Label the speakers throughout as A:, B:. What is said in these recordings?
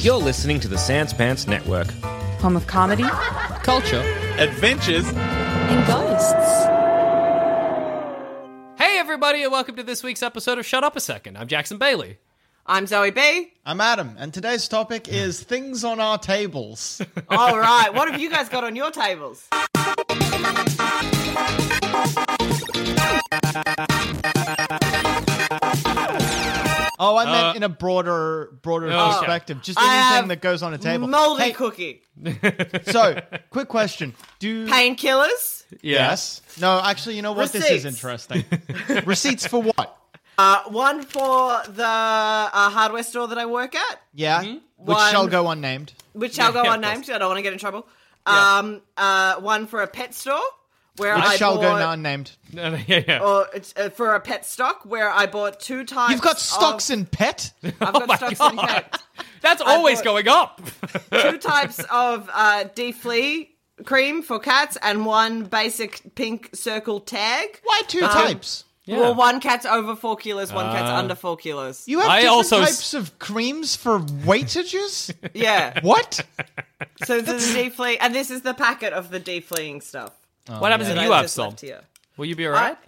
A: You're listening to the Sans Pants Network.
B: Home of comedy.
C: culture.
D: Adventures.
C: Hey, everybody, and welcome to this week's episode of Shut Up a Second. I'm Jackson Bailey.
E: I'm Zoe B.
D: I'm Adam, and today's topic is things on our tables.
E: All right, what have you guys got on your tables?
D: Oh, I
C: Uh,
D: meant in a broader, broader
C: okay.
D: perspective. Just
E: I
D: anything
E: have
D: that goes on a table.
E: Moldy
D: Hey,
E: cookie,
D: so, quick question: Do
E: painkillers,
D: yes? No, actually, you know what? This is
E: Receipts.
D: interesting. Receipts for what?
E: uh, one for the uh, hardware store that I work at,
D: Yeah, which
E: Mm-hmm. One-
D: shall go unnamed.
E: which I'll go
C: Yeah, of
E: unnamed. I don't want to get in trouble.
C: Yeah.
E: Um, uh, one for a pet store where
D: Which
E: I
D: shall
E: bought,
D: go unnamed.
C: No, no, yeah, yeah.
E: or it's, uh, for a pet stock where I bought two types.
D: You've got stocks
E: Of,
D: in Oh pet.
E: I've got stocks in pet.
C: That's always
E: thought-
C: going up.
E: Two types of uh, D flea cream for cats and one basic pink circle tag.
D: Why two types?
E: Well, one cat's over four kilos, one
C: Uh.
E: cat's under four kilos.
D: You have
C: I
D: different
C: also s-
D: types of creams for weightages.
E: yeah.
D: what?
E: So this is the deflea, and this is the packet of the defleeing stuff.
D: Oh,
C: what happens
E: that
C: if
E: I
C: you have
E: just
C: some?
E: left here.
C: Will you be alright?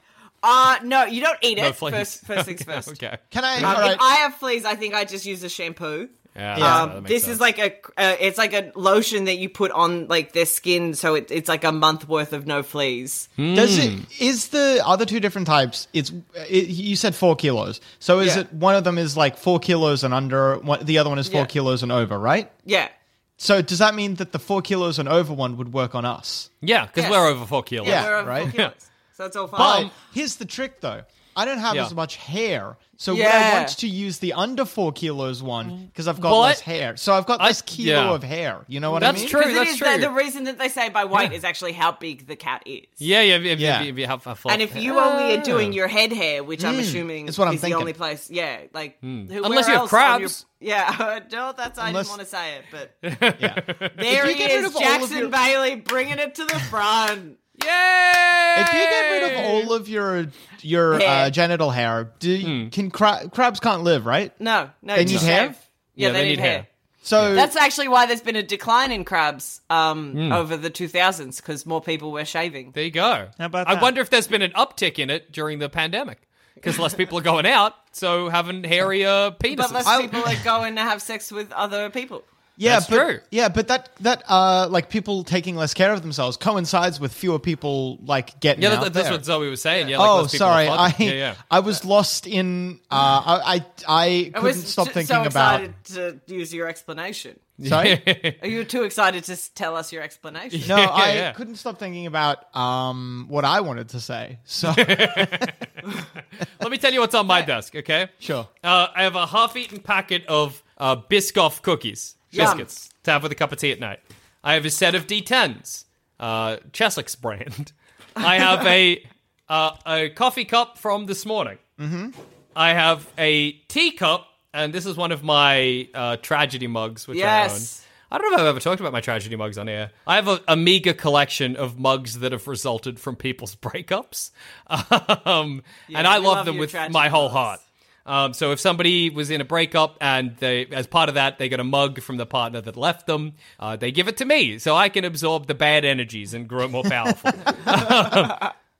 E: Uh, no, you don't eat it.
C: No fleas.
E: first, first things first.
C: okay.
D: Can I?
E: Um,
D: all right.
E: If I have fleas, I think I just use a shampoo.
C: Yeah,
D: Yeah.
E: Um, this is like a, uh, it's like a lotion that you put on like their skin, so it, it's like a month worth of no fleas.
D: Does it is the other two different types? It's it, you said four kilos. So is
E: Yeah.
D: it one of them is like four kilos and under? One, the other one is four
E: Yeah.
D: kilos and over, right?
E: Yeah,
D: So does that mean that the four kilos and over one would work on us?
C: yeah, because
E: Yes.
C: we're over four kilos.
D: Yeah.
E: we're over
D: right.
E: four kilos, so it's all
D: But
E: fine.
D: here's the trick, though. I don't have
C: Yeah.
D: as much hair, so would I
E: Yeah.
D: want to use the under four kilos one because I've got
C: Well, I-
D: less hair? So I've got less kilo
C: yeah.
D: of hair. You know what I
C: That's
D: mean?
C: true.
E: Because it
C: That's
E: is
C: true.
E: The, the reason that they say by weight
C: Yeah.
E: is actually how big the cat is.
C: Yeah, yeah, if- if-
D: Yeah.
C: if- if you have a full-
E: And if you only are doing your head hair, which I'm assuming
D: Oh. Hmm. it's what I'm
E: is
D: thinking. Hmm.
E: the only place, yeah, like who- where
C: Unless you have
E: else on your-
C: crabs.
E: yeah, no, that's I
D: Unless-
E: didn't want to say it, but
D: Yeah.
E: there
D: you
E: he
D: get rid
E: is,
D: of all of
E: Jackson
D: your-
E: Bailey bringing it to the front.
C: Yay!
D: If you get rid of all of your your
E: Hair.
D: uh, genital hair, do can cra- crabs can't live, right?
E: No, no,
D: They
E: just
D: need hair?
E: shave. Yeah, they, need, hair.
D: So
E: That's actually why there's been a decline in crabs um,
D: Hmm.
E: over the 2000s because more people were shaving.
C: There you go. How
D: about
C: I
D: that?
C: wonder if there's been an uptick in it during the pandemic because less people are going out, so having hairier
E: But less
C: penises.
E: people are going to have sex with other people.
D: Yeah,
C: That's
D: but,
C: true.
D: Yeah, but that that uh, like people taking less care of themselves coincides with fewer people like getting
C: Yeah,
D: out
C: that, that's
D: there.
C: what Zoe was saying. Yeah, like
D: oh,
C: less people are
D: sorry, I
C: fucking. yeah, yeah.
D: I was lost in. Uh, I I, I
E: I
D: couldn't
E: was
D: stop
E: j-
D: thinking
E: so
D: about.
E: excited to use your explanation.
D: Sorry,
E: Are you too excited to s- tell us your explanation?
D: no, I
C: yeah.
D: couldn't stop thinking about um what I wanted to say. So
C: Let me tell you what's on my desk, okay?
D: Sure.
C: Uh, I have a half-eaten packet of uh, Biscoff cookies,
E: Yum.
C: biscuits, to have with a cup of tea at night. I have a set of D10s, uh, Chessex brand. I have a uh, a coffee cup from this morning. Mm-hmm. I have a teacup, and this is one of my uh, tragedy mugs, which
E: Yes.
C: I own. I don't know if I've ever talked about my tragedy mugs on air. I have a, a meager collection of mugs that have resulted from people's breakups, um, and I
E: we
C: love,
E: love
C: them
E: your
C: with
E: tragedy
C: my whole
E: mugs.
C: heart. Um, so if somebody was in a breakup and they, as part of that, they get a mug from the partner that left them, uh, they give it to me so I can absorb the bad energies and grow more powerful.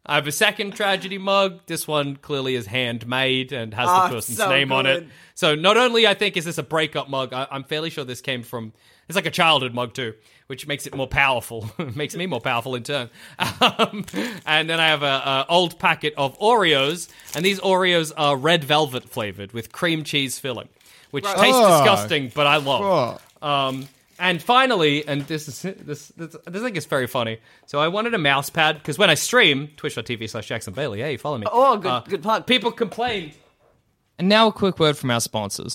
C: I have a second tragedy mug. This one clearly is handmade and has
E: Ah,
C: the person's
E: so
C: name on it.
E: good.
C: So not only I think is this a breakup mug, I- I'm fairly sure this came from. It's like a childhood mug too, which makes it more powerful. It makes me more powerful in turn. Um, and then I have a, a old packet of Oreos, and these Oreos are red velvet flavored with cream cheese filling, which tastes
D: Oh.
C: disgusting, but I love.
D: oh,
C: Um, and finally, and this is this, this this I think is very funny. So I wanted a mouse pad because when I stream twitch.tv slash Jackson Bailey, hey, follow me. Uh,
E: Oh, good- good plug.
C: People complained. And now a quick word from our sponsors.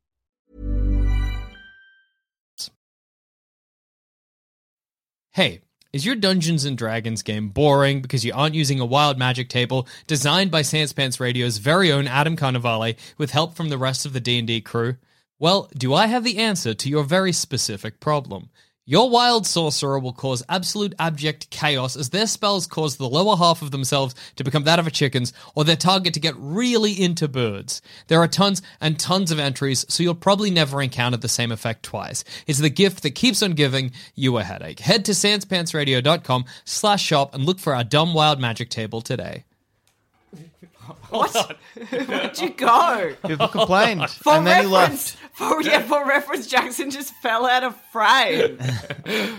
C: Hey, is your Dungeons and Dragons game boring because you aren't using a wild magic table designed by Sanspants Radio's very own Adam Carnivale with help from the rest of the D&D crew? Well, do I have the answer to your very specific problem? Your wild sorcerer will cause absolute abject chaos as their spells cause the lower half of themselves to become that of a chicken's or their target to get really into birds. There are tons and tons of entries, so you'll probably never encounter the same effect twice. It's the gift that keeps on giving you a headache. Head to sanspantsradio.com slash shop and look for our dumb wild magic table today.
E: What? Where'd you go?
D: People complained,
E: For
D: and then he
E: reference,
D: left.
E: For, yeah, for reference, Jackson just fell out of frame.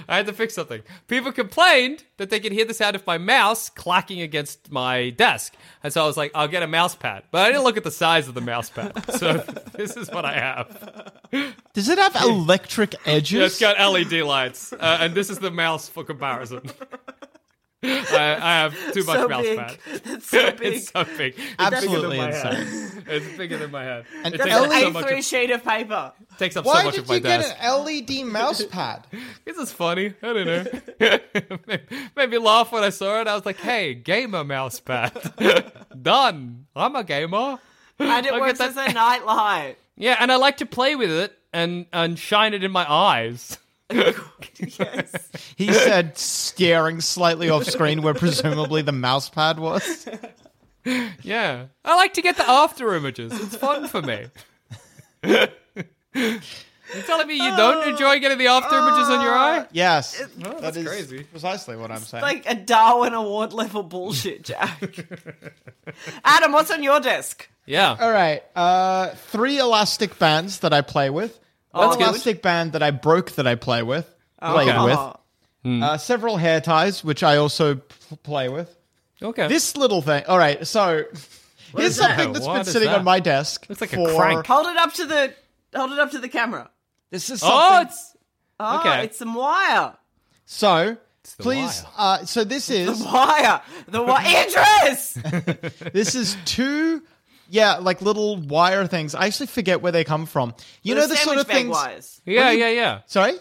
C: I had to fix something. People complained that they could hear the sound of my mouse clacking against my desk. And so I was like, I'll get a mouse pad. But I didn't look at the size of the mouse pad. So this is what I have.
D: Does it have electric edges?
C: It's got LED lights. Uh, and this is the mouse for comparison. I, I have too much
E: so
C: mouse
E: big.
C: pad.
E: That's so big.
C: It's so big.
D: Absolutely
C: it's bigger than my
D: insane.
C: head. It's bigger than my head.
D: And
C: it
D: that's
C: takes
E: That's
C: up,
E: an
D: LA
C: so much
E: A3 sheet of paper.
C: of, takes up so
D: Why
C: much
D: did
C: of my
D: you
C: desk.
D: get an E LED mouse pad?
C: This is funny. I don't know. Made me laugh when I saw it. I was like, hey, gamer mouse pad. Done. I'm a gamer.
E: And it
C: Look at
E: works
C: that-
E: as a nightlight.
C: Yeah, and I like to play with it and, and shine it in my eyes.
E: Yes.
D: He said, staring slightly off screen where presumably the mouse pad was.
C: Yeah. I like to get the after images. It's fun for me. You're telling me you
D: Uh,
C: don't enjoy getting the after images on your eye?
D: Yes,
C: Oh, that's
D: that is
C: crazy.
D: Precisely what I'm saying.
E: like a Darwin Award level bullshit, Jack. Adam, what's on your desk?
C: Yeah.
D: All right, uh, three elastic bands that I play with. One
E: that's good.
D: elastic band that I broke that I play with. Played
C: okay.
D: with.
E: Oh,
D: Uh, several hair ties, which I also p- play with.
C: Okay.
D: This little thing. All right, so here's
C: is that?
D: something that's
C: What
D: been
C: is
D: sitting
C: that?
D: on my desk.
C: Looks like a
D: for,
C: crank.
E: hold it up to the hold it up to the camera.
D: This is
C: oh,
D: something.
C: it's
E: Oh,
C: Okay.
E: it's some wire.
D: so
C: the
D: please.
C: wire.
D: Uh, so this is
E: Wire. The wire. Idris!
D: this is two. Yeah, like little wire things. I actually forget where they come from. You know the
E: sandwich
D: sort of
E: bag
D: things.
E: wires.
C: yeah, yeah, yeah.
D: Sorry.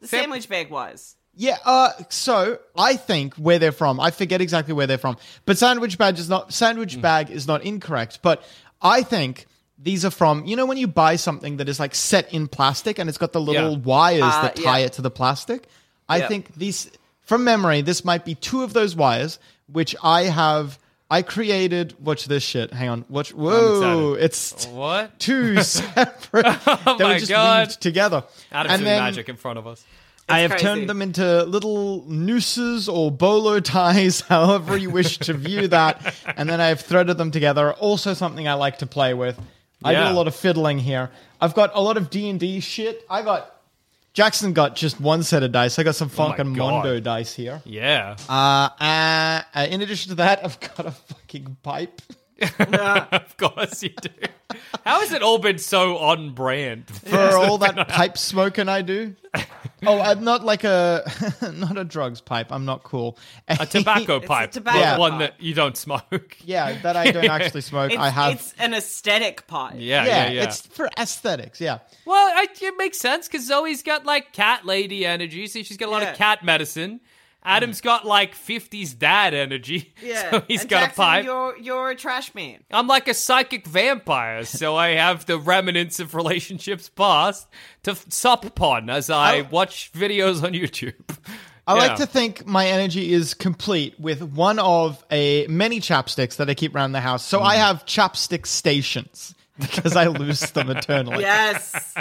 E: The sandwich bag wires.
D: Yeah, uh, so I think where they're from, I forget exactly where they're from, but sandwich bag is not
C: Mm.
D: sandwich bag is not incorrect. But I think these are from you know when you buy something that is like set in plastic and it's got the little
C: Yeah.
D: wires that
E: Uh, yeah.
D: tie it to the plastic. I
E: Yeah.
D: think these from memory, this might be two of those wires which I have. I created. Watch this shit. Hang on. Watch. Whoa!
C: excited.
D: It's t-
C: What?
D: two separate. oh
C: my God.
D: together.
C: Adam's
D: And
C: doing
D: then
C: magic in front of us.
D: I have
E: crazy.
D: turned them into little nooses or bolo ties, however you wish to view that. And then I have threaded them together. Also, something I like to play with. I do a
C: Yeah.
D: lot of fiddling here. I've got a lot of D and D shit. I got Jackson got just one set of dice. I got some
C: Oh my
D: fucking
C: God.
D: Mondo dice here.
C: Yeah.
D: Uh, uh, uh, in addition to that, I've got a fucking pipe.
C: of course you do. How has it all been so on brand?
D: for all that pipe smoking I do. Oh, I'm not like a not a drugs pipe. I'm not cool.
C: A tobacco pipe.
E: tobacco
C: not one
E: pipe.
C: that you don't smoke.
D: yeah, that I don't actually smoke.
E: It's,
D: I have.
E: it's an aesthetic pipe.
C: Yeah,
D: yeah,
C: yeah, yeah.
D: it's for aesthetics. Yeah,
C: Well, I, it makes sense because Zoe's got like cat lady energy, so she's got a lot
E: Yeah.
C: of cat medicine.
D: Mm.
C: Adam's got like 50s dad energy,
E: Yeah.
C: so he's
E: and
C: got
E: Jackson,
C: a pipe.
E: You're, you're a trash man.
C: I'm like a psychic vampire, so I have the remnants of relationships past to f- sup upon as I,
D: I-
C: watch videos on YouTube.
D: I
C: Yeah.
D: like to think my energy is complete with one of a many chapsticks that I keep around the house. So I
C: Mm.
D: have chapstick stations because I lose them eternally.
E: Yes.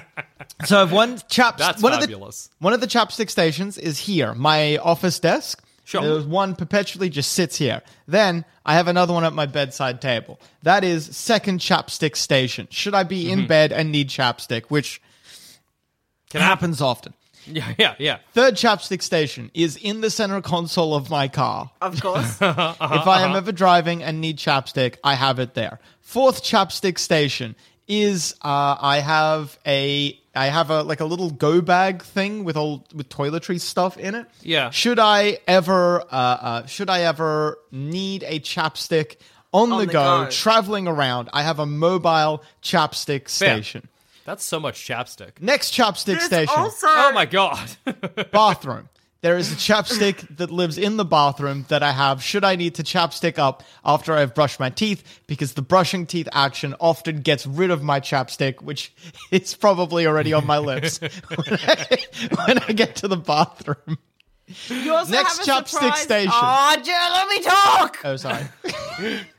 D: So I've one chap.
C: That's
D: one
C: fabulous.
D: Of the, one of the chapstick stations is here, my office desk.
C: Sure.
D: There's one perpetually just sits here. Then I have another one at my bedside table. That is second chapstick station. Should I be in bed and need chapstick, which
C: Mm-hmm. Can I-
D: happens often.
C: Yeah, yeah, yeah.
D: Third chapstick station is in the center console of my car.
E: Of course.
D: If I am ever driving and need chapstick, I have it there. Fourth chapstick station is uh, I have a I have a like a little go bag thing with old with toiletry stuff in it.
C: Yeah.
D: Should I ever uh, uh, should I ever need a chapstick on, the,
E: the
D: go,
E: go.
D: traveling around? I have a mobile chapstick station.
C: That's so much chapstick.
D: Next chapstick
E: There's
D: station,
E: also
C: Oh my god.
D: bathroom. There is a chapstick that lives in the bathroom that I have should I need to chapstick up after I've brushed my teeth because the brushing teeth action often gets rid of my chapstick, which is probably already on my lips when I, when I get to the bathroom.
E: you also
D: next
E: have a
D: chopstick
E: surprise-
D: station.
E: Oh, Jer- let me talk.
D: Oh, sorry.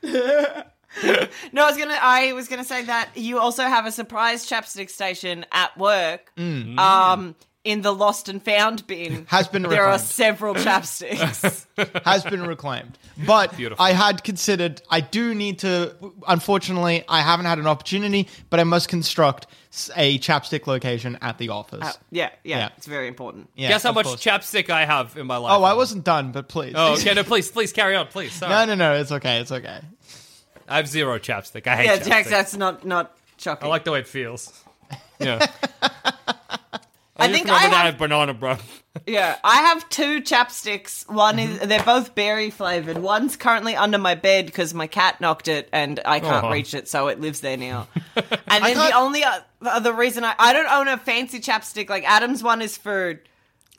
E: No, I was gonna. I was gonna say that you also have a surprise chapstick station at work.
C: Mm.
E: Um, in the lost and found bin
D: Mm. Has been
E: There are
D: reclaimed.
E: several chapsticks.
D: Has been reclaimed. But I had considered, I do need to, unfortunately, I haven't had an opportunity, but I must construct s- a chapstick location at the office.
E: yeah, yeah,
D: Yeah.
E: it's very important.
D: Yeah,
C: Guess how
D: of
C: much
D: course.
C: chapstick I have in my life.
D: Oh, I wasn't done, but please.
C: Oh, okay. No, please, please carry on, please. Sorry.
D: No, no, no. It's okay. It's okay.
C: I have zero chapstick. I hate
E: Yeah,
C: chapstick.
E: Jack, that's not not
C: I
E: shocking.
C: like the way it feels. Yeah.
E: I
C: just
E: think I
C: remember that I
E: have,
C: have banana breath.
E: yeah, I have two chapsticks. One is
D: Mm-hmm.
E: they're both berry flavored. One's currently under my bed because my cat knocked it and I can't
C: Aw.
E: reach it, so it lives there now. And then
D: Uh-huh. can't-
E: the only o- the other reason I I don't own a fancy chapstick like Adam's one is for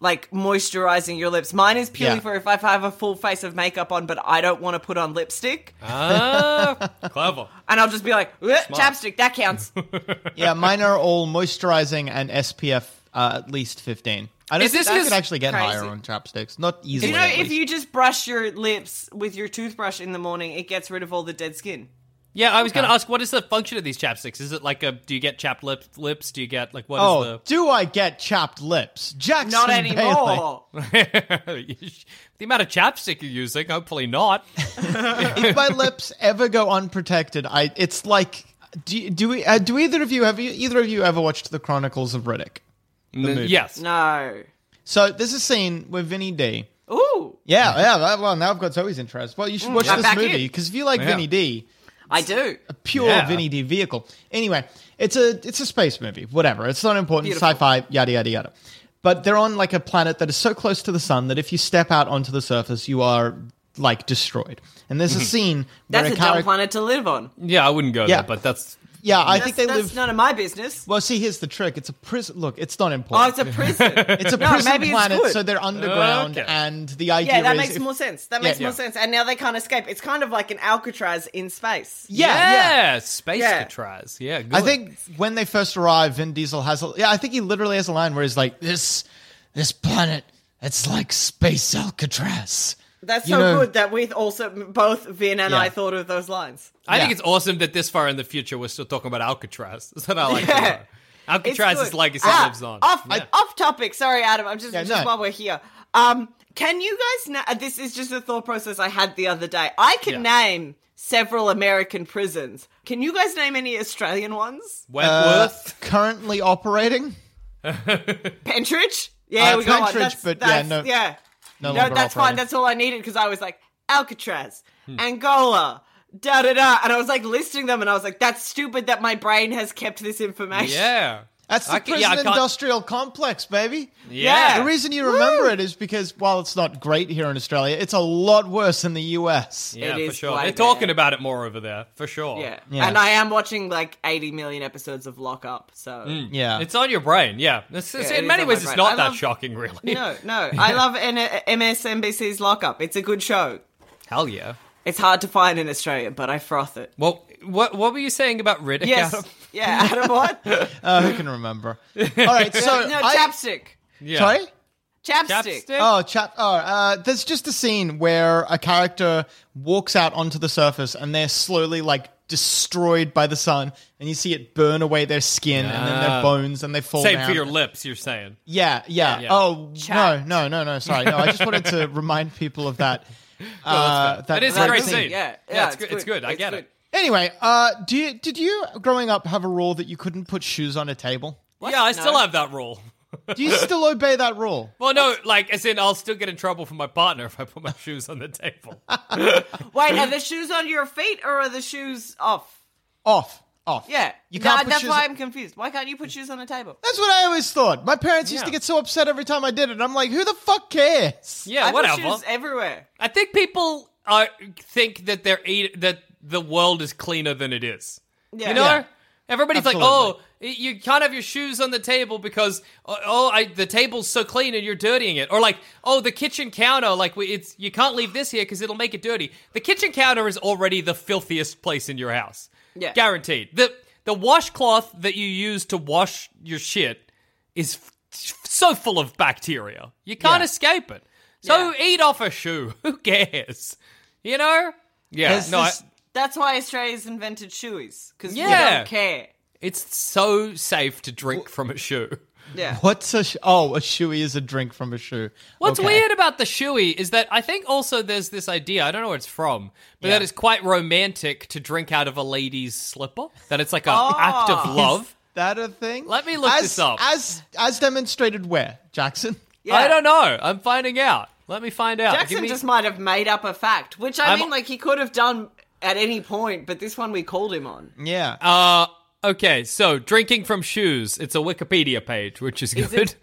E: like moisturizing your lips. Mine is purely
D: Yeah.
E: for if I have a full face of makeup on, but I don't want to put on lipstick,
D: Uh-huh.
C: Ah, clever.
E: and I'll just be like, "Ugh, chapstick that counts.
D: Yeah, mine are all moisturizing and SPF uh, at least 15. I don't
C: Is
D: think
C: this
D: I
C: just
D: could actually get
E: crazy?
D: higher on chapsticks. Not easily.
E: You know,
D: at
E: if
D: least.
E: you just brush your lips with your toothbrush in the morning, it gets rid of all the dead skin.
C: Yeah, I was going to ask, what is the function of these chapsticks? Is it like a? Do you get chapped lip, lips? Do you get like what
D: oh,
C: is
D: do I get chapped lips? Jackson
E: Not
D: Bailey.
E: anymore.
C: the? the amount of chapstick you're using, hopefully not.
D: if my lips ever go unprotected, I it's like do do we uh, do either of you have you, either of you ever watched the Chronicles of Riddick?
C: yes.
E: No.
D: So there's a scene with Vinny D.
E: Ooh,
D: Yeah, yeah, that well now I've got Zoe's interest. Well, you should watch
E: Mm. I'm
D: this
E: back in.
D: movie because if you like
C: Yeah.
D: Vinny D,
E: I do.
D: pure
C: Yeah.
D: Vinny D vehicle. Anyway, it's a it's a space movie. Whatever. It's not important.
E: Beautiful.
D: Sci-fi. Yada yada yada. But they're on like a planet that is so close to the sun that if you step out onto the surface, you are like destroyed. And
C: Mm-hmm.
D: there's a scene where
E: That's a
D: a character.
E: dumb planet to live on.
C: Yeah, I wouldn't go
D: Yeah.
C: there, but that's
D: Yeah, I
E: That's,
D: think they
E: that's
D: live.
E: none of my business.
D: well, see, here's the trick. It's a prison. Look, it's not
E: Oh,
D: important.
E: it's a prison.
D: it's a
E: No,
D: prison
E: maybe it's
D: planet,
E: good.
D: so they're underground,
C: Okay.
D: and the idea
E: yeah, that
D: is
E: makes
D: if-
E: more sense. That
D: Yeah,
E: makes more
D: yeah.
E: sense. And now they can't escape. It's kind of like an Alcatraz in space.
D: Yeah, yeah.
C: space
E: Yeah.
C: Alcatraz. Yeah, good.
D: I think when they first arrive, Vin Diesel has a yeah. I think he literally has a line where he's like, "This, this planet, it's like space Alcatraz."
E: That's
D: You
E: so
D: know-
E: good that we also both Vin and
D: Yeah.
E: I thought of those lines.
C: I think
D: Yeah.
C: it's awesome that this far in the future we're still talking about Alcatraz. That's what I like.
E: Yeah.
C: to know. Alcatraz
E: good.
C: is legacy
E: Ah,
C: lives on.
E: Off,
C: Yeah.
E: off topic. Sorry, Adam. I'm just,
D: Yeah,
E: just
D: no.
E: while we're here. Um, can you guys? Na- uh, this is just a thought process I had the other day. I can
C: Yeah.
E: name several American prisons. Can you guys name any Australian ones?
D: Uh,
C: Wentworth.
D: currently operating.
E: Pentridge. Yeah,
D: Uh,
E: we got one.
D: Pentridge,
E: That's,
D: but yeah,
E: that's,
D: no-
E: yeah.
D: No,
E: No,
D: longer
E: that's fine.
D: operating.
E: That's all I needed because I was like Alcatraz,
D: Hmm.
E: Angola, da da da, and I was like listing them, and I was like, that's stupid that my brain has kept this information.
C: yeah.
D: That's the
C: I ca- yeah,
D: prison
C: I can't-
D: industrial complex, baby.
C: Yeah.
D: The reason you remember it is because while it's not great here in Australia, it's a lot worse in the US.
C: Yeah,
E: It
C: for
E: is
C: sure.
E: quite
C: They're
E: bad.
C: talking about it more over there, for sure.
E: Yeah.
D: Yeah.
E: And I am watching like 80 million episodes of Lock Up, so.
D: Yeah.
C: It's on your brain, yeah. It's- it's-
E: Yeah, it
C: in
E: is
C: many
E: on my
C: ways, it's
E: brain.
C: not
E: I
C: that
E: love-
C: shocking, really.
E: No, no. I love N- MSNBC's Lock Up. It's a good show.
C: Hell yeah.
E: It's hard to find in Australia, but I froth it.
C: Well, what what were you saying about Riddick?
E: Yes.
C: Adam?
E: Yeah, Adam, what? no,
D: Uh, who can remember? All right, so I-
E: chapstick.
C: Yeah.
D: sorry.
E: Chapstick.
C: Chapstick?
D: Oh, chap. Oh, uh, there's just a scene where a character walks out onto the surface and they're slowly like destroyed by the sun, and you see it burn away their skin and then their bones, and they fall.
C: Ah. Same
D: down.
C: for your lips, you're saying.
D: Yeah, yeah.
C: Yeah.
D: Oh
E: Chat.
D: no, no, no, no. Sorry, no. I just wanted to remind people of that. Uh,
C: That is a
D: that
C: great
D: thing.
C: scene.
E: Yeah,
C: Yeah,
E: yeah,
C: it's,
E: it's
C: good. It's
E: good.
C: good. I
E: It's
C: get
E: good.
C: it.
D: Anyway, uh, do you did you growing up have a rule that you couldn't put shoes on a table?
C: Yeah,
E: No.
C: I still have that rule.
D: Do you still obey that rule?
C: Well, no, like as in, I'll still get in trouble from my partner if I put my shoes on the table.
E: Wait, are the shoes on your feet or are the shoes off?
D: Off, off.
E: Yeah.
D: you can't
E: No,
D: put
E: that's
D: shoes.
E: why
D: on-
E: I'm confused. Why can't you put shoes on a table?
D: That's what I always thought. My parents used
C: Yeah.
D: to get so upset every time I did it. I'm like, who the fuck cares?
C: Yeah,
E: I
C: whatever.
E: put shoes everywhere.
C: I think people are, think that they're e- that the world is cleaner than it is.
E: Yeah.
C: You know,
D: Yeah.
C: everybody's like, "Oh,
D: Absolutely.
C: y- you can't have your shoes on the table because oh, oh, I, the table's so clean and you're dirtying it," or like, "Oh, the kitchen counter, like we, it's you can't leave this here because it'll make it dirty." The kitchen counter is already the filthiest place in your house,
E: Yeah.
C: guaranteed. the The washcloth that you use to wash your shit is f- f- so full of bacteria, you can't
D: Yeah.
C: escape it. So
E: Yeah.
C: eat off a shoe. Who cares? You know? Yeah.
D: There's
C: no, I-
D: this-
E: That's why Australia's invented shoeies, because we
C: Yeah.
E: don't care.
C: It's so safe to drink from a shoe.
E: Yeah.
D: What's a sh- oh a shoey is a drink from a shoe.
C: What's
D: Okay.
C: weird about the shoey is that I think also there's this idea, I don't know where it's from, but that it's quite romantic to drink out of a lady's slipper. That it's like an
E: Oh.
C: act of love.
D: That a thing?
C: Let me look
D: as,
C: this up.
D: As as demonstrated where Jackson.
E: Yeah.
C: I don't know. I'm finding out. Let me find out. Give
E: Jackson
C: me-
E: just might have made up a fact, which I
C: I'm-
E: mean, like he could have done at any point, but this one we called him on.
D: Yeah.
C: uh, okay, so drinking from shoes. It's a Wikipedia page, which is good.
E: Is it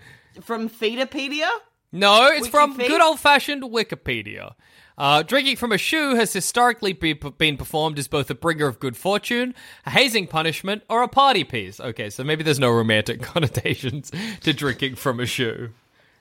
E: from Feederpedia?
C: No, it's from
E: Wiki feet?
C: good old fashioned Wikipedia. Uh, drinking from a shoe has historically be, been performed as both a bringer of good fortune, a hazing punishment, or a party piece. Okay, so maybe there's no romantic connotations to drinking from a shoe.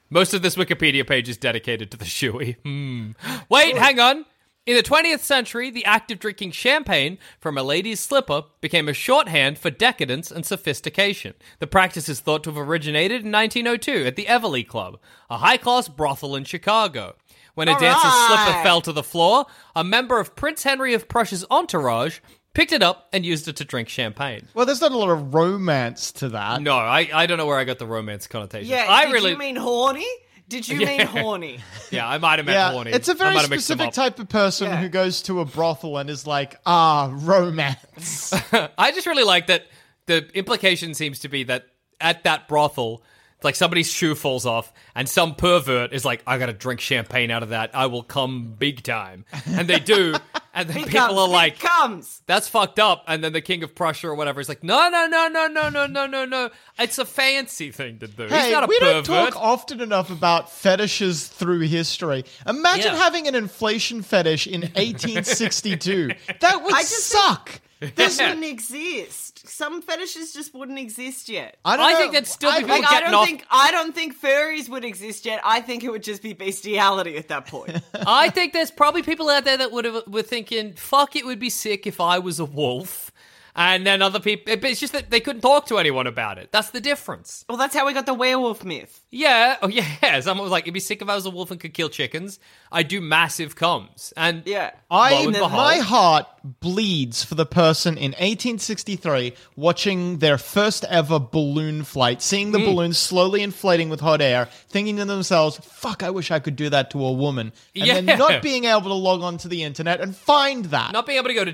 C: Most of this Wikipedia page is dedicated to the shoey. Hmm. Wait, hang on. In the 20th century, the act of drinking champagne from a lady's slipper became a shorthand for decadence and sophistication. The practice is thought to have originated in 1902 at the Everly Club, a high class brothel in Chicago. When a dancer's slipper
E: right.
C: fell to the floor, a member of Prince Henry of Prussia's entourage picked it up and used it to drink champagne.
D: Well, there's not a lot of romance to that.
C: No, I, I don't know where I got the romance connotation.
E: Yeah.
C: I
E: did
C: really,
E: you mean horny? Did you mean
C: Yeah.
E: horny?
C: yeah, I might have meant
D: Yeah,
C: horny.
D: it's a
C: I
D: very
C: might have mixed them
D: specific
C: up.
D: type of person
E: Yeah.
D: who goes to a brothel and is like, ah, romance.
C: I just really like that the implication seems to be that at that brothel, it's like somebody's shoe falls off, and some pervert is like, I gotta drink champagne out of that. I will come big time. And they do. And then
E: He
C: people
E: comes,
C: are
E: he
C: like,
E: comes.
C: that's fucked up. And then the king of Prussia or whatever is like, no, no, no, no, no, no, no, no, no. It's a fancy thing to do. He's
D: hey,
C: not a
D: we
C: pervert.
D: don't talk often enough about fetishes through history. Imagine
C: Yeah.
D: having an inflation fetish in 1862. that would
E: I just
D: suck.
E: This wouldn't exist. Some fetishes just wouldn't exist yet.
D: I don't
C: I
D: know.
C: think that's still
D: I-
C: people
E: Like
C: Well,
E: I
C: getting
E: don't
C: off-
E: think I don't think furries would exist yet. I think it would just be bestiality at that point.
C: I think there's probably people out there that would have were thinking, "Fuck, it would be sick if I was a wolf." And then other people, but it's just that they couldn't talk to anyone about it. That's the difference.
E: Well, that's how we got the werewolf myth.
C: Yeah, oh yeah. Someone was like, "It'd be sick if I was a wolf and could kill chickens. I do massive comes." And
E: Yeah.
C: Lo
D: I
C: and behold-
D: my heart bleeds for the person in 1863 watching their first ever balloon flight, seeing
C: Hmm.
D: the balloon slowly inflating with hot air, thinking to themselves, "Fuck, I wish I could do that to a woman," and
C: Yeah.
D: then not being able to log onto the internet and find that.
C: not being able to go to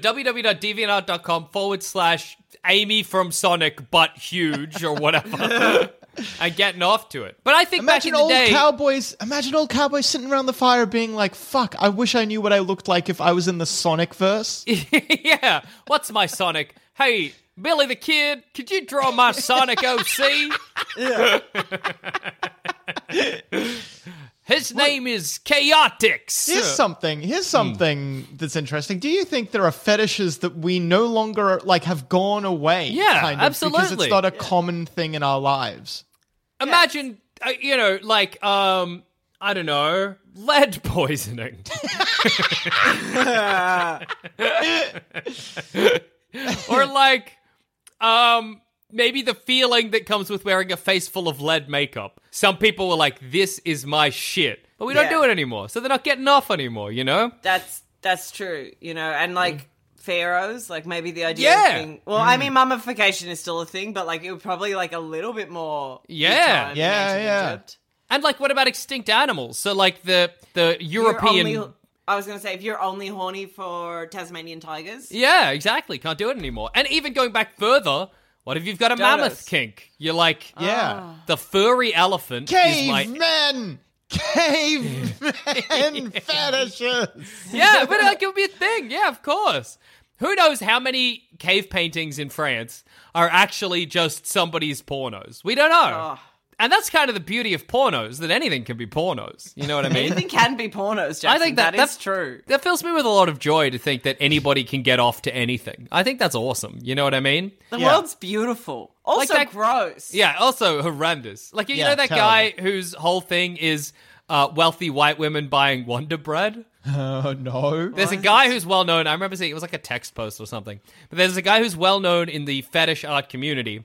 C: www.deviantart.com forward slash Amy from Sonic, but huge or whatever, and getting off to it. But I think
D: Imagine
C: back in
D: old
C: the day,
D: cowboys. Imagine old cowboys sitting around the fire, being like, "Fuck! I wish I knew what I looked like if I was in the Sonic verse."
C: yeah. What's my Sonic? Hey, Billy the Kid, could you draw my Sonic OC? His name is Chaotix.
D: Here's something. Here's
C: Hmm.
D: something that's interesting. Do you think there are fetishes that we no longer like have gone away?
C: Yeah,
D: Because
C: absolutely.
D: it's not a common thing in our lives.
C: Imagine, uh, you know, like, um, I don't know, lead poisoning. or like, um, maybe the feeling that comes with wearing a face full of lead makeup. Some people were like, this is my shit. But we don't
E: Yeah.
C: do it anymore. So they're not getting off anymore, you know?
E: That's that's true, you know, and like pharaohs, like maybe the idea
C: Mm. Yeah. Mm.
E: of being well, I mean mummification is still a thing, but like it would probably like a little bit more
C: Yeah.
E: time in
D: Yeah,
E: ancient
D: yeah.
E: Egypt.
C: And like, what about extinct animals? So like the, the
E: You're
C: European.
E: only- I was gonna say if you're only horny for Tasmanian tigers.
C: Yeah, exactly. Can't do it anymore. And even going back further, what if you've got a
E: Donuts.
C: mammoth kink? You're like,
D: Yeah.
C: the furry elephant Ah. is my.
D: Cavemen. Cavemen fetishes.
C: Yeah, but like it would be a thing. Yeah, of course. Who knows how many cave paintings in France are actually just somebody's pornos? We don't know.
E: Ah.
C: And that's kind of the beauty of pornos that anything can be pornos. You know what I mean?
E: Anything can be pornos, Jackson.
C: I think that,
E: that is
C: that-
E: true.
C: That fills me with a lot of joy to think that anybody can get off to anything. I think that's awesome. You know what I mean?
E: The
D: Yeah.
E: world's beautiful. Also
C: that-
E: gross.
C: Yeah, also horrendous. Like you
D: Yeah,
C: know that
D: terrible.
C: guy whose whole thing is uh, wealthy white women buying Wonder Bread.
D: Oh no.
C: There's a guy who's well known. I remember seeing it was like a text post or something. But there's a guy who's well known in the fetish art community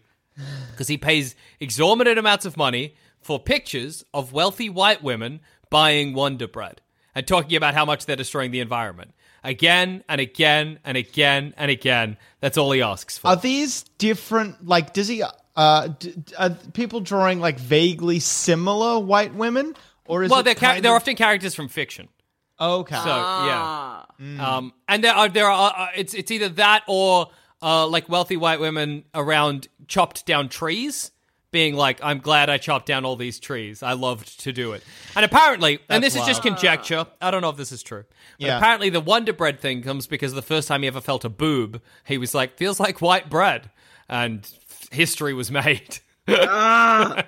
C: because he pays exorbitant amounts of money for pictures of wealthy white women buying Wonder Bread and talking about how much they're destroying the environment again and again and again and again. That's all he asks for.
D: Are these different? Like, does he? Uh, d- d- are people drawing like vaguely similar white women, or is
C: well,
D: it
C: they're char-
D: kind
C: they're
D: of-
C: often characters from fiction.
D: okay.
C: So
D: Ah.
C: yeah, um, and there are there are uh, it's it's either that or uh, like wealthy white women around chopped down trees, being like, "I'm glad I chopped down all these trees. I loved to do it." And apparently, and this is just conjecture. I don't know if this is true. But
D: Yeah.
C: Apparently, the Wonder Bread thing comes because the first time he ever felt a boob, he was like, "Feels like white bread," and history was made.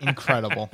D: incredible.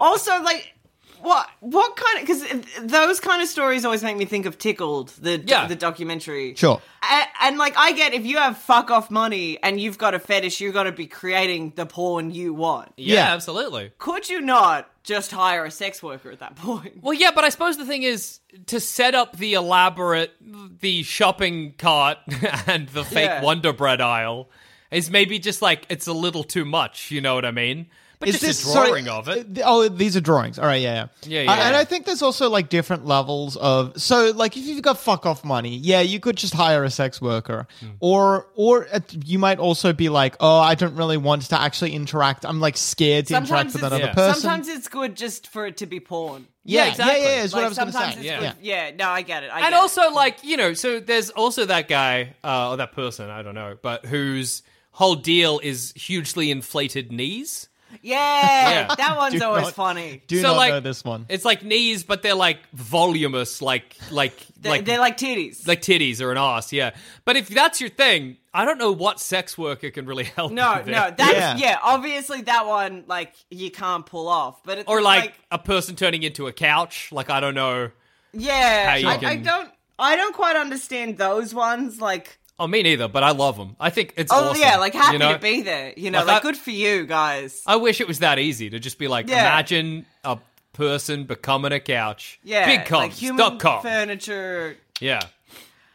E: Also, like, what what kind of because those kind of stories always make me think of Tickled, the
C: Yeah.
E: the documentary.
D: Sure.
E: and, and like I get if you have fuck off money and you've got a fetish, you got to be creating the porn you want.
D: Yeah.
C: absolutely.
E: Could you not just hire a sex worker at that point?
C: Well, yeah, but I suppose the thing is to set up the elaborate, the shopping cart and the fake
E: Yeah.
C: Wonder Bread aisle is maybe just like it's a little too much. You know what I mean? But
D: Is
C: just
D: this-
C: a drawing
D: sorry,
C: of it.
D: uh, th- Oh, these are drawings. All right, yeah, yeah,
C: Yeah, yeah.
D: Uh, and I think there's also like different levels of so like if you've got fuck off money, yeah, you could just hire a sex worker,
C: Hmm.
D: or or uh, you might also be like, oh, I don't really want to actually interact. I'm like scared to interact with
E: it's-
D: another
C: Yeah.
D: person.
E: Sometimes it's good just for it to be porn.
D: yeah,
C: Yeah, exactly.
D: yeah, yeah, is what I was going to
E: sometimes
D: say.
E: it's
D: Yeah.
C: yeah.
E: good. Yeah. no, I get it. I
C: and
E: get it.
C: also like you know so there's also that guy uh, or that person i don't know but whose whole deal is hugely inflated knees
E: yeah,
C: Yeah.
E: that one's
D: Do
E: always
D: not-
E: funny.
D: Do
C: so
D: not
C: like
D: know this one.
C: it's like knees but they're like voluminous like like
E: They're
C: like
E: like, they're like titties.
C: like titties or an ass, yeah. But if that's your thing, I don't know what sex worker can really help.
E: No,
C: you there.
E: no, that's
D: Yeah.
E: yeah. Obviously, that one like you can't pull off, but it's
C: or like, a person turning into a couch. Like I don't know. how
E: yeah,
C: you
E: I, I
C: can-
E: don't, I don't quite understand those ones. Like,
C: Oh, me neither. But I love them. I think it's
E: oh
C: awesome,
E: yeah, like
C: you
E: happy
C: know?
E: to be there. You know,
C: Like
E: like,
C: that-
E: good for you guys.
C: I wish it was that easy to just be like,
E: Yeah.
C: imagine a person becoming a couch.
E: yeah,
C: big
E: like
C: comes,
E: human
C: dot com.
E: furniture.
C: yeah.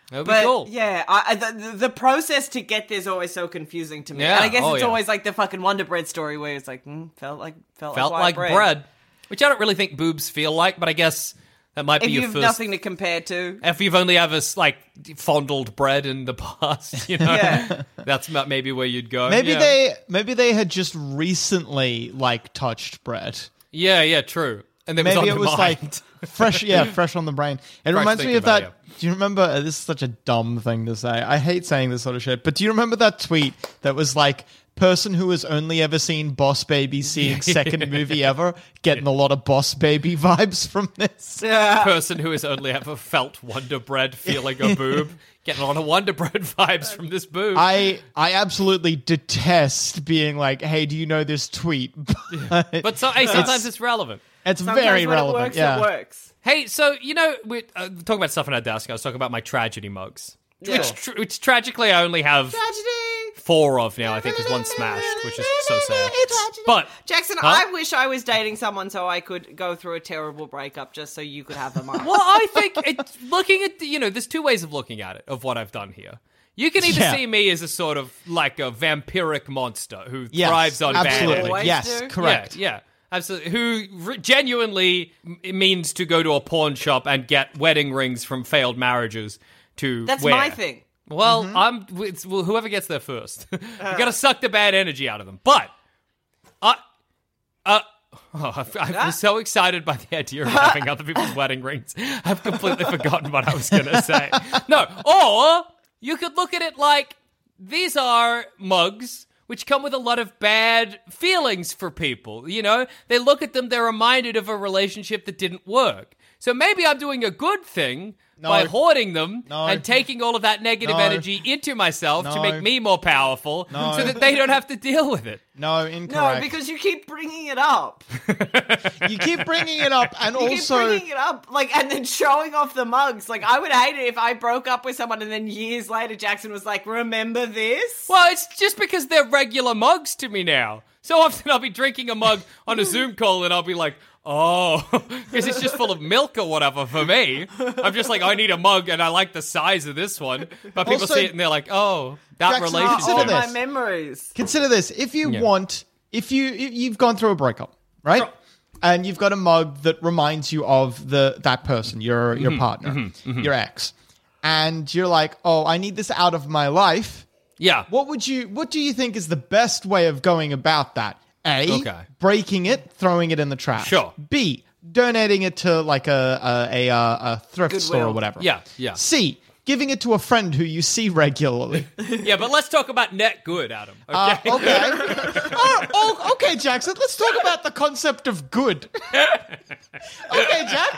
C: That'd be
E: But
C: cool.
E: yeah, I, I, the, the- the process to get there is always so confusing to me.
C: Yeah,
E: And I guess
C: oh,
E: it's
C: yeah.
E: always like the fucking Wonder Bread story where it's like mm, felt like felt,
C: Felt
E: like,
C: like
E: white
C: bread. which I don't really think boobs feel like, but I guess that might
E: If
C: be
E: you
C: your
E: have
C: first.
E: nothing to compare to,
C: If you've only ever like fondled bread in the past, you know,
E: Yeah.
C: that's ma- maybe where you'd go.
D: Maybe
C: yeah.
D: they maybe they had just recently like touched bread.
C: Yeah, yeah, true. And it was on
D: Maybe
C: the
D: it was
C: mind.
D: like fresh, yeah, fresh on the brain. It reminds me
C: thinking
D: of that.
C: about
D: Do you remember? uh, This is such a dumb thing to say. I hate saying this sort of shit. But do you remember that tweet that was like, "Person who has only ever seen Boss Baby seeing second movie ever, getting a lot of Boss Baby vibes from this."
C: person who has only ever felt Wonder Bread feeling a boob, getting on a Wonder Bread vibes from this boob.
D: I I absolutely detest being like, "Hey, do you know this tweet?"
C: but so, hey, sometimes it's relevant.
D: it's
E: sometimes
D: very
E: when
D: relevant.
E: It works,
D: yeah.
E: it works.
C: Hey, so you know, we're uh, talking about stuff in our desk. I was talking about my tragedy mugs,
E: Yeah.
C: which, tr- which tragically I only have
E: Tragedy.
C: four of now. I think there's one smashed, which is so sad.
E: Tragedy.
C: But
E: Jackson,
C: Huh?
E: I wish I was dating someone so I could go through a terrible breakup just so you could have them on.
C: well, I think it's looking at the, you know, there's two ways of looking at it of what I've done here. You can either
D: Yeah.
C: see me as a sort of like a vampiric monster who
D: Yes,
C: thrives on bad
D: absolutely.
C: images.
E: Always
D: Yes,
E: do.
D: correct.
C: Yeah, yeah. Absolutely. Who r genuinely m- means to go to a pawn shop and get wedding rings from failed marriages to
E: That's
C: wear.
E: my thing.
C: Well, I'm it's, well, whoever gets there first. you got to suck the bad energy out of them. But I uh oh, I f- I was so excited by the idea of having other people's wedding rings. I've completely forgotten what I was going to say. No, or you could look at it like these are mugs which come with a lot of bad feelings for people. You know, they look at them, they're reminded of a relationship that didn't work. So maybe I'm doing a good thing by hoarding them and taking all of that negative
D: No.
C: energy into myself to
D: No.
C: make me more powerful so that they don't have to deal with it.
D: No,
E: No,
D: incorrect.
E: because you keep bringing it up.
D: you keep bringing it up, and
E: You
D: also
E: keep bringing it up, like, and then showing off the mugs. Like, I would hate it if I broke up with someone and then years later Jackson was like, "Remember this?"
C: Well, it's just because they're regular mugs to me now. So often I'll be drinking a mug on a Zoom call and I'll be like, oh, because it's just full of milk or whatever for me. I'm just like, I need a mug and I like the size of this one. But people
D: Also-
C: see it and they're like, oh, that
D: Jackson,
C: relationship.
E: All
D: Consider
E: my
D: this.
E: memories.
D: consider this if you want if you if you've gone through a breakup right and you've got a mug that reminds you of the that person your your
C: Mm-hmm.
D: partner your ex and you're like oh i need this out of my life
C: Yeah.
D: what would you what do you think is the best way of going about that a
C: Okay.
D: breaking it throwing it in the trash
C: Sure.
D: b donating it to like a a, a, uh, a thrift store or
E: Goodwill.
D: whatever
C: Yeah, yeah.
D: c giving it to a friend who you see regularly
C: Yeah, but let's talk about net good, Adam. Okay.
D: uh, okay. oh, oh, okay, Jackson. Let's talk about the concept of good. okay, Jack.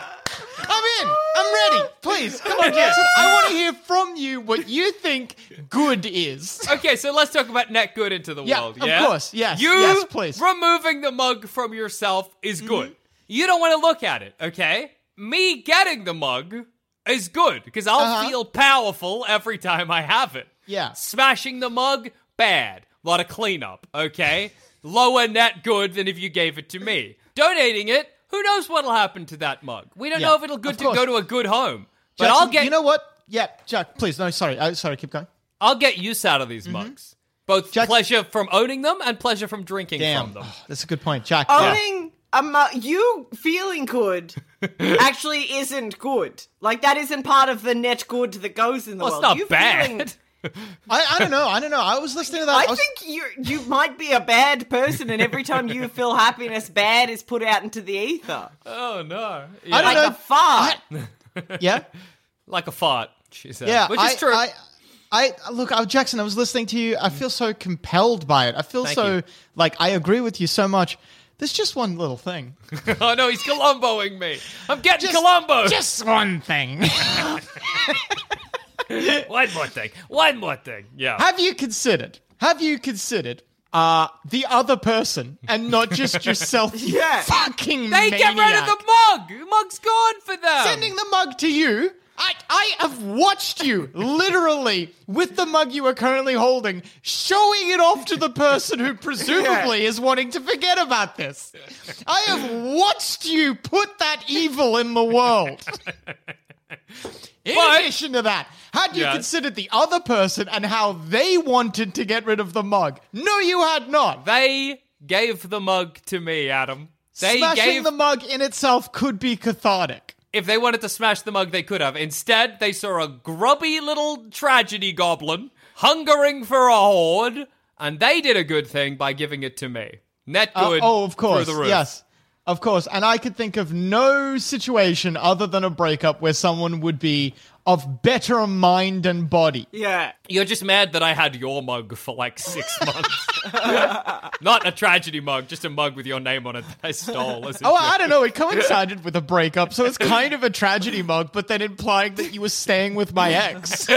D: Come in. I'm ready. Please, come on, Jackson. I want to hear from you what you think good is.
C: Okay, so let's talk about net good into the
D: Yeah,
C: world.
D: of
C: Yeah,
D: course. Yes,
C: You
D: yes, please. Mm-hmm.
C: removing the mug from yourself is good. You don't want to look at it. Okay, me getting the mug is good because I'll feel powerful every time I have it.
D: Uh-huh. Yeah.
C: smashing the mug bad. A lot of cleanup. Okay, lower net good than if you gave it to me. Donating it, who knows what'll happen to that mug? We don't
D: Yeah,
C: know if it'll good
D: of
C: to
D: course.
C: go to a good home. But
D: Jackson,
C: I'll get
D: You know what? Yeah, Jack. Please, no. Sorry. Uh, sorry. Keep going.
C: I'll get use out of these
D: Mm-hmm.
C: mugs. Both
D: Jack-
C: pleasure from owning them and pleasure from drinking
D: Damn.
C: from them.
D: Oh, that's a good point, Jack. yeah.
E: Owning a mug, you feeling good, actually isn't good. Like that isn't part of the net good that goes in the
C: Well, it's
E: world.
C: not
E: You
C: bad.
E: feeling-
D: I, I don't know. I don't know. I was listening to that.
E: I
D: was-
E: think you you might be a bad person, and every time you feel happiness, bad is put out into the ether.
C: Oh no.
D: I don't
E: Like a
D: know.
E: fart.
D: yeah.
C: Like a fart, she said.
D: Yeah,
C: Which is
D: I,
C: true.
D: I, I look, I, Jackson. I was listening to you. I feel so compelled by it. I feel
C: Mm. Thank
D: so
C: you.
D: like I agree with you so much. There's just one little thing.
C: oh no, he's Columboing me. I'm getting
D: Just-
C: Columbo.
D: Just one thing.
C: One more thing. One more thing. Yeah.
D: have you considered? Have you considered? Uh, the other person and not just yourself. you
E: Yeah.
D: fucking.
C: they get rid of
D: maniac.
C: the mug. The mug's gone for them.
D: Sending the mug to you. I, I have watched you literally with the mug you are currently holding, showing it off to the person who presumably is wanting to forget about this. I have watched you put that evil in the world. In
C: But-
D: addition to that, had you
C: Yeah.
D: considered the other person and how they wanted to get rid of the mug? No, you had not.
C: They gave the mug to me, Adam. They
D: Smashing
C: gave
D: the mug in itself could be cathartic.
C: if they wanted to smash the mug, they could have. Instead, they saw a grubby little tragedy goblin hungering for a hoard, and they did a good thing by giving it to me. Net
D: Uh,
C: good.
D: oh, of course.
C: through the roof.
D: Yes. Of course. And I could think of no situation other than a breakup where someone would be of better mind and body.
E: Yeah.
C: You're just mad that I had your mug for like six months. Not a tragedy mug, just a mug with your name on it that I stole. as a
D: Oh,
C: joke.
D: I don't know. It coincided with a breakup, so it's kind of a tragedy mug, but then implying that you were staying with my ex.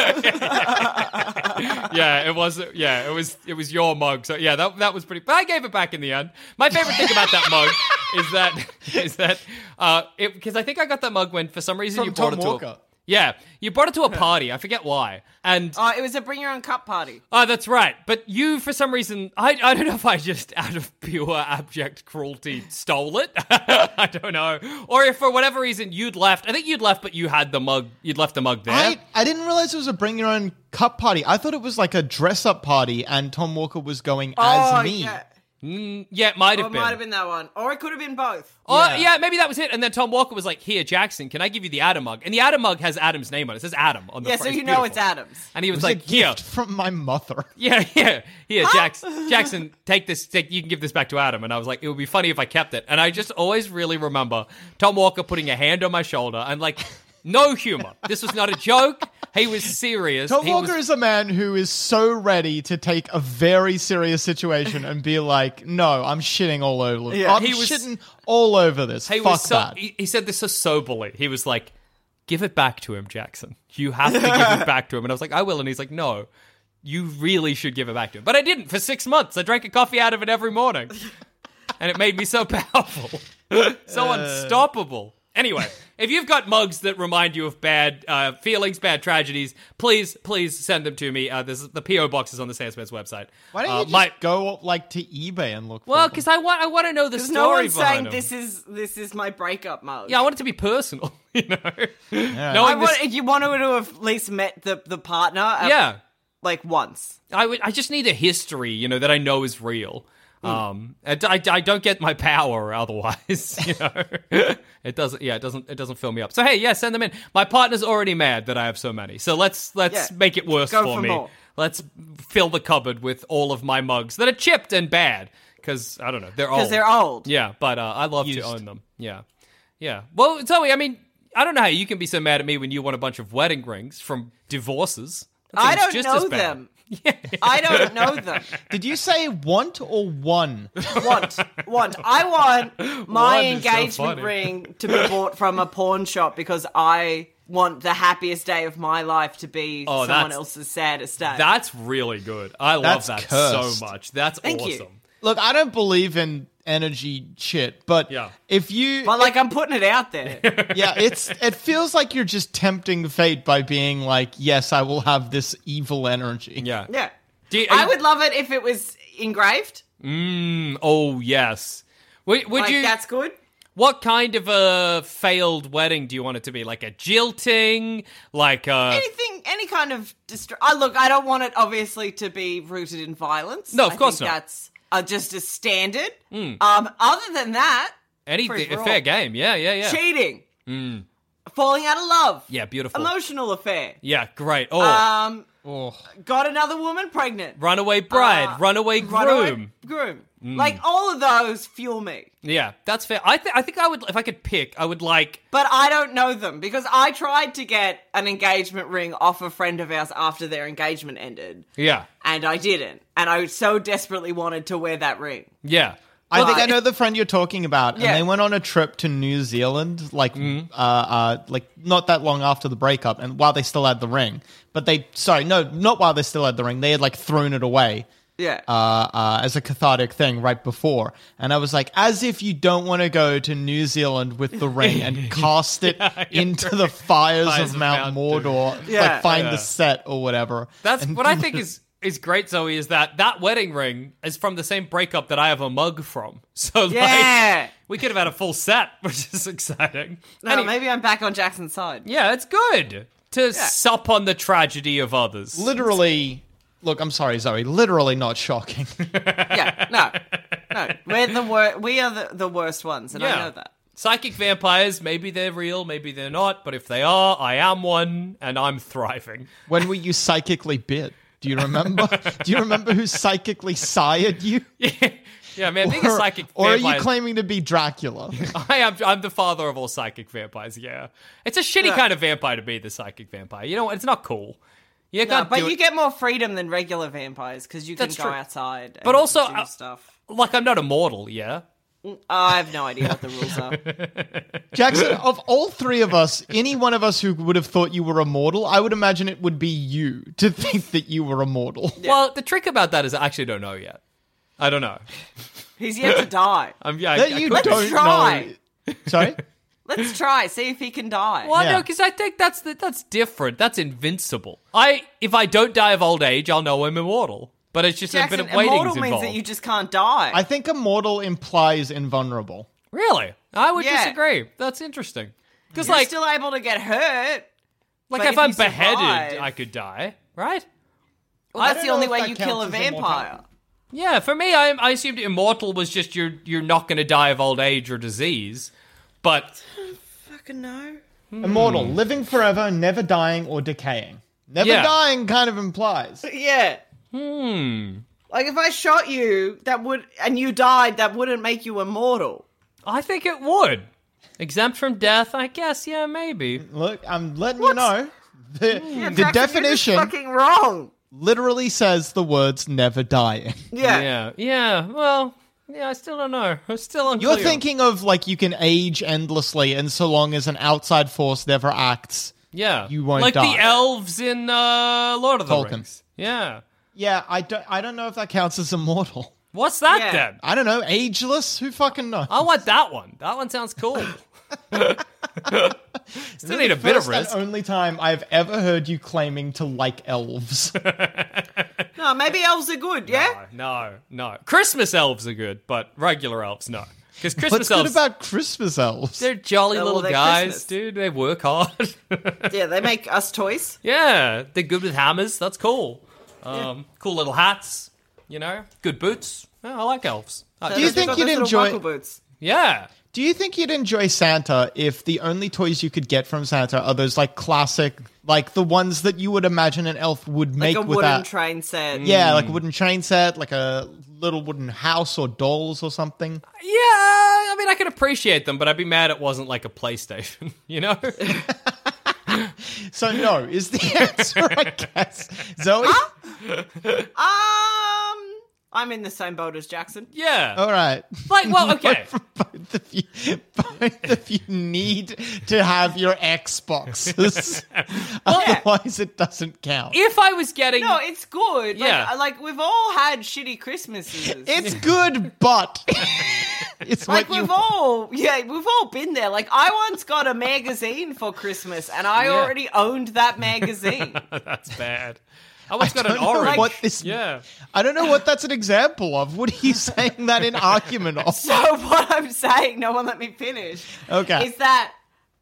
C: yeah, it was. Yeah, it was. It was your mug. So yeah, that that was pretty. But I gave it back in the end. My favorite thing about that mug is that is that uh, it because I think I got that mug when for some reason
D: From
C: you brought
D: Tom
C: it to.
D: Walker.
C: A, yeah, you brought it to a party. I forget why. And
E: Oh, it was a bring your own cup party.
C: Oh, that's right. But you, for some reason, I, I don't know if I just out of pure abject cruelty stole it. I don't know. Or if for whatever reason you'd left. I think you'd left, but you had the mug. You'd left the mug there.
D: I, I didn't realize it was a bring your own cup party. I thought it was like a dress up party and Tom Walker was going
E: oh,
D: as me.
E: yeah.
C: yeah, it might
E: Or Oh,
C: have
E: it
C: been.
E: might have been that one. Or it could have been both.
C: Oh, yeah. maybe that was it. And then Tom Walker was like, Here, Jackson, can I give you the Adam mug? And the Adam mug has Adam's name on it. It says Adam on the
E: yeah,
C: front.
E: so you know
C: beautiful.
E: it's Adams.
C: And he
D: It
C: was,
D: was a
C: like, Here,
D: gift from my mother.
C: Yeah, yeah, yeah, Jackson, Jackson, take this. Take, you can give this back to Adam. And I was like, it would be funny if I kept it. And I just always really remember Tom Walker putting a hand on my shoulder and like, no humor. This was not a joke. He was serious.
D: Tom
C: He was-
D: Walker is a man who is so ready to take a very serious situation and be like, "No, I'm shitting all over.
E: Yeah,
D: I'm
C: he was-
D: shitting all over this.
C: He
D: Fuck
C: was so. e-
D: that."
C: He, he said this so soberly. He was like, "Give it back to him, Jackson. You have to give it back to him." And I was like, "I will." And he's like, "No, you really should give it back to him." But I didn't for six months. I drank a coffee out of it every morning, and it made me so powerful, so unstoppable. Anyway, if you've got mugs that remind you of bad uh, feelings, bad tragedies, please, please send them to me. Uh, this is, the PO box is on the Sandman's website.
D: Why don't
C: Uh,
D: you just
C: my-
D: go like to eBay and look?
C: well,
D: for
C: because I want, I want to know the
E: Because
C: story.
E: no one's
C: behind
E: saying
C: them.
E: this is this is my breakup mug.
C: Yeah, I want it to be personal, you know.
E: I
C: Knowing this-
E: want, you want to have at least met the, the partner. uh,
C: yeah,
E: Like once.
C: I would. I just need a history, you know, that I know is real.
E: Hmm.
C: Um, I, d- I d- I don't get my power otherwise, you know. it doesn't. Yeah, it doesn't. It doesn't fill me up. So hey, yeah, send them in. My partner's already mad that I have so many. So let's let's
E: Yeah.
C: make it worse
E: Go
C: for
E: for
C: me.
E: more.
C: Let's fill the cupboard with all of my mugs that are chipped and bad because I don't know they're old.
E: Because they're old.
C: Yeah, but uh, I love
D: Used.
C: to own them. Yeah, yeah. Well, Zoe, I mean, I don't know how you can be so mad at me when you want a bunch of wedding rings from divorces. That
E: I
C: seems
E: don't
C: just as
E: know
C: bad.
E: them. I don't know them.
D: Did you say want or one?
E: Want, want. I want my
C: Want is so
E: engagement
C: funny.
E: ring to be bought from a pawn shop because I want the happiest day of my life to be
C: Oh,
E: someone
C: that's-
E: else's saddest day.
C: That's really good. I love
D: That's
C: that
D: cursed.
C: so much. That's
E: Thank you.
C: awesome.
D: look, I don't believe in energy shit, but
C: Yeah.
D: if you
E: but like I'm putting it out there.
D: yeah, it's it feels like you're just tempting fate by being like, "Yes, I will have this evil energy."
C: Yeah.
E: Yeah.
C: Do you-
E: I would love it if it was engraved.
C: Oh yes. Would, would
E: Like
C: you?
E: that's good.
C: What kind of a failed wedding do you want it to be? Like a jilting? Like uh, a
E: Anything, any kind of distr I look, I don't want it obviously to be rooted in violence.
C: No, of
E: I
C: course
E: think
C: not. Hmm.
E: That's uh, just a standard. Um, other than that,
C: any
E: free for all.
C: fair game? Yeah, yeah, yeah. Hmm.
E: cheating, falling out of love,
C: yeah, beautiful.
E: emotional affair.
C: yeah, great. Oh,
E: Um, got another woman pregnant.
C: runaway bride,
E: uh,
C: runaway groom. Mm.
E: Runaway groom. Like all of those fuel me,
C: Yeah, that's fair. I think I think I would if I could pick, I would like
E: but I don't know them because I tried to get an engagement ring off a friend of ours after their engagement ended.
C: yeah,
E: and I didn't. And I so desperately wanted to wear that ring.
C: yeah.
D: I think I know the friend you're talking about,
E: Yeah.
D: and they went on a trip to New Zealand, like, uh, uh, like not that long after the breakup, and while they still had the ring, but they, sorry, no, not while they still had the ring, they had like thrown it away
E: Yeah.
D: uh, uh, as a cathartic thing right before, and I was like, as if you don't want to go to New Zealand with the ring and cast it into the fires,
C: Fires
D: of
C: of
D: Mount,
C: Mount Doom.
D: Mordor,
E: Yeah.
D: like find
C: Yeah.
D: the set or whatever.
C: That's
D: And-
C: what I think is is great, Zoe. Is that that wedding ring is from the same breakup that I have a mug from? So
E: Yeah.
C: like, we could have had a full set, which is exciting.
E: no,
C: Any-
E: maybe I'm back on Jackson's side.
C: yeah, it's good. to sup on the tragedy of others.
D: Literally, look, I'm sorry, Zoe. Literally not shocking.
E: yeah, no, no. We're the wor- we are the, the worst ones, and I know that.
C: Psychic vampires, maybe they're real, maybe they're not, but if they are, I am one and I'm thriving.
D: when were you psychically bit? Do you remember? Do you remember who psychically sired you?
C: Yeah, man, being a psychic
D: or are you
C: vampire-
D: claiming to be Dracula?
C: I am, I'm the father of all psychic vampires, yeah. It's a shitty kind of vampire to be the psychic vampire. You know what? It's not cool. You
E: No,
C: can't
E: but
C: do
E: you
C: it.
E: get more freedom than regular vampires because you can
C: That's
E: go
C: true.
E: outside.
C: But
E: and
C: also,
E: do
C: uh,
E: stuff.
C: Like, I'm not immortal, yeah?
E: I have no idea what the rules are.
D: Jackson, of all three of us, any one of us who would have thought you were immortal, I would imagine it would be you to think that you were immortal.
C: Well, the trick about that is I actually don't know yet. I don't know.
E: He's yet to die.
C: I'm, yeah, I-
D: That
C: I
D: you
C: could-
E: Let's
D: don't
E: try.
D: know. Sorry?
E: Let's try see if he can die.
C: Well,
D: Yeah.
C: no, because I think that's the, that's different. That's invincible. I if I don't die of old age, I'll know I'm immortal. But it's just
E: Jackson,
C: a bit of waiting
E: immortal means
C: involved.
E: that you just can't die.
D: I think immortal implies invulnerable.
C: really? I would
E: Yeah.
C: disagree. That's interesting. Because
E: You're
C: like
E: still able to get hurt. but
C: like if,
E: if
C: I'm
E: you survive-
C: beheaded, I could die, right?
E: Well,
D: I
E: that's
D: don't
E: the only
D: know
E: way
D: if
E: you
D: that
E: kill a
D: counts as
E: vampire.
D: immortality.
C: Yeah. For me, I, I assumed immortal was just you're you're not going to die of old age or disease. But
E: Fucking no.
D: Immortal, living forever, never dying or decaying. Never
C: Yeah.
D: dying kind of implies.
E: Yeah.
C: hmm,
E: Like if I shot you, that would and you died, that wouldn't make you immortal.
C: I think it would exempt from death. I guess. Yeah, maybe.
D: Look, I'm letting you know. The, the
E: Jackson, you're just
D: definition
E: fucking wrong.
D: literally says the words never dying.
E: Yeah.
C: Yeah. Yeah. Well. Yeah. I still don't know. I'm still unclear.
D: You're thinking of like you can age endlessly, and so long as an outside force never acts.
C: Yeah,
D: You won't
C: like
D: die.
C: the elves in uh, Lord of the
D: Tolkien.
C: Rings. Yeah,
D: Yeah, I don't. I don't know if that counts as immortal.
C: what's that
E: Yeah.
C: then?
D: I don't know. Ageless? Who fucking knows?
C: I want that one. That one sounds cool. Still need a bit of
D: First and
C: risk.
D: only time I've ever heard you claiming to like elves.
E: No, maybe elves are good, yeah?
C: No, no. Christmas elves are good, but regular elves no. Because
D: What's
C: Christmas
D: good
C: elves,
D: about Christmas elves?
C: they're jolly
E: Well,
C: little
E: they're
C: guys,
E: Christmas.
C: dude. They work hard.
E: Yeah, they make us toys.
C: yeah, they're good with hammers. That's cool. Um, Cool little hats. You know, good boots. Yeah, I like elves. Uh,
D: Do you
E: They've
D: think
E: got those
D: you'd
E: little
D: enjoy-
E: buckle Boots.
C: yeah.
D: Do you think you'd enjoy Santa if the only toys you could get from Santa are those like classic, like the ones that you would imagine an elf would
E: Like
D: make
E: a
D: with
E: wooden
D: that?
E: train set.
D: yeah,
C: Mm.
D: like a wooden train set, like a little wooden house or dolls or something.
C: Yeah, I mean, I can appreciate them, but I'd be mad it wasn't like a PlayStation, you know?
D: So no is the answer, I guess. Zoe,
E: Um I'm in the same boat as Jackson.
C: yeah.
D: all right.
C: Like, well, okay.
D: Both of you, both of you need to have your Xboxes, otherwise it doesn't count.
C: If I was getting.
E: No, it's good. Like,
C: Yeah.
E: I- like we've all had shitty Christmases.
D: It's good, but it's
E: like
D: what you
E: we've all yeah, we've all been there. Like I once got a magazine for Christmas and I already owned that magazine.
C: That's bad. I once got an
D: don't know
C: orange.
D: what this-
C: yeah.
D: I don't know what that's an example of. What are you saying that in argument of?
E: So what I'm saying, no one let me finish.
D: Okay.
E: Is that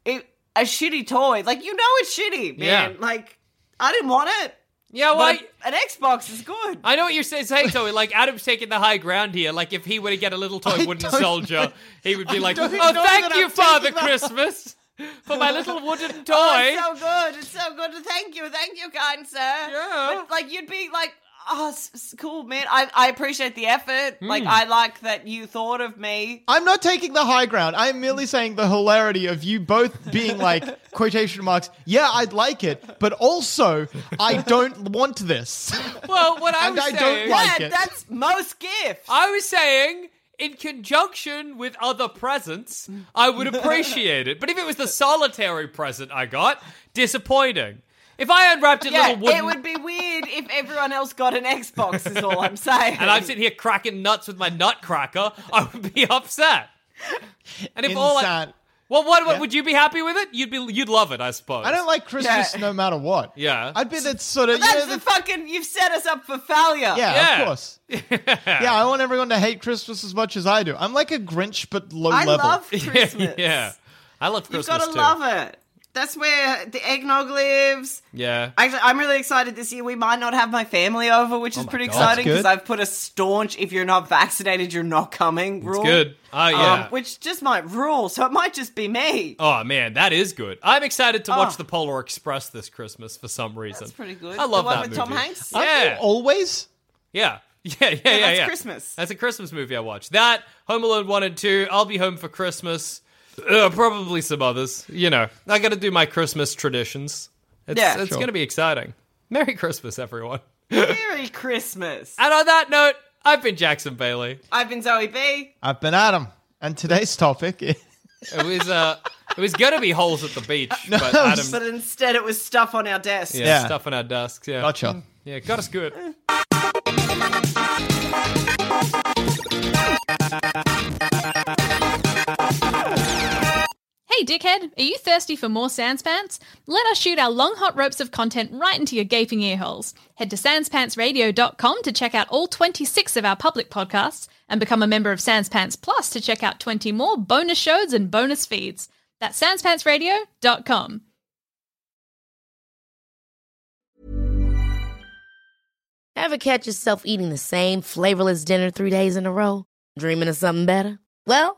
E: it, a shitty toy? Like you know it's shitty, man.
C: Yeah.
E: Like I didn't want it.
C: Yeah, well, I,
E: But an Xbox is good.
C: I know what you're saying, saying, Zoe. Like, Adam's taking the high ground here. Like, if he were to get a little toy
D: I
C: wooden
D: don't
C: soldier, he would be like, oh,
D: don't know
C: thank
D: that
C: you,
D: I'm
C: Father
D: taking the-
C: Christmas, for my little wooden toy.
E: Oh, it's so good. It's so good. Thank you. Thank you, kind sir.
C: Yeah.
E: But, like, you'd be like, oh, s- s- cool, man. I, I appreciate the effort.
C: Hmm.
E: Like, I like that you thought of me.
D: I'm not taking the high ground. I'm merely saying the hilarity of you both being like quotation marks. Yeah, I'd like it, but also I don't want this.
C: well, what I
D: And
C: was
D: I don't
C: saying.
D: like
E: yeah,
D: it.
E: that's most gifts.
C: I was saying, in conjunction with other presents, I would appreciate it. But if it was the solitary present I got, disappointing. If I unwrapped it
E: yeah,
C: little wooden
E: it would be weird if everyone else got an Xbox, is all I'm saying.
C: and I'm sitting here cracking nuts with my nutcracker, I would be upset. And if all I,
D: Insan-
C: well, what, what
D: Yeah.
C: would you be happy with it? You'd be you'd love it, I suppose.
D: I don't like Christmas
E: Yeah.
D: no matter what.
C: Yeah.
D: I'd be that sort of.
E: That's
D: yeah,
E: the
D: the-
E: fucking, you've set us up for failure.
D: yeah,
C: Yeah.
D: of course. Yeah, I want everyone to hate Christmas as much as I do. I'm like a Grinch, but low
E: I
D: level.
E: love Christmas.
C: yeah, I love
E: You've
C: Christmas
E: got to
C: too.
E: love it. That's where the eggnog lives.
C: Yeah.
E: Actually, I'm really excited this year. We might not have my family over, which is pretty
C: Oh God.
E: exciting
D: That's
E: because
D: good.
E: I've put a staunch if you're not vaccinated, you're not coming
C: It's
E: rule.
C: good. Oh yeah.
E: Um, which just might rule, so it might just be me.
C: oh man, that is good. I'm excited to watch
E: Oh.
C: The Polar Express this Christmas for some reason.
E: That's pretty good.
C: I love
E: the one
C: that
E: with Tom
C: movie.
E: Hanks.
C: I- Yeah.
D: Always?
C: Yeah. Yeah, yeah, yeah,
E: that's
C: yeah.
E: Christmas.
C: That's a Christmas movie I watched. That, Home Alone 1 and 2, I'll Be Home for Christmas, uh, probably some others. You know, I gotta do my Christmas traditions. It's,
E: Yeah.
C: it's
E: Sure.
C: gonna be exciting. Merry Christmas, everyone.
E: Merry Christmas.
C: And on that note, I've been Jackson Bailey.
E: I've been Zoe B.
D: I've been Adam. And today's topic is
C: It was, uh, it was gonna be holes at the beach, but Adam,
E: But instead, it was stuff on our desk.
C: yeah,
D: Yeah.
C: stuff on our desks, yeah.
D: Gotcha.
C: Yeah, got us good.
F: Hey, dickhead, are you thirsty for more Sanspants? Let us shoot our long hot ropes of content right into your gaping ear holes. Head to sanspantsradio.com to check out all 26 of our public podcasts and become a member of Sanspants Plus to check out 20 more bonus shows and bonus feeds. That's sanspantsradio.com.
G: Ever catch yourself eating the same flavorless dinner three days in a row? Dreaming of something better? Well,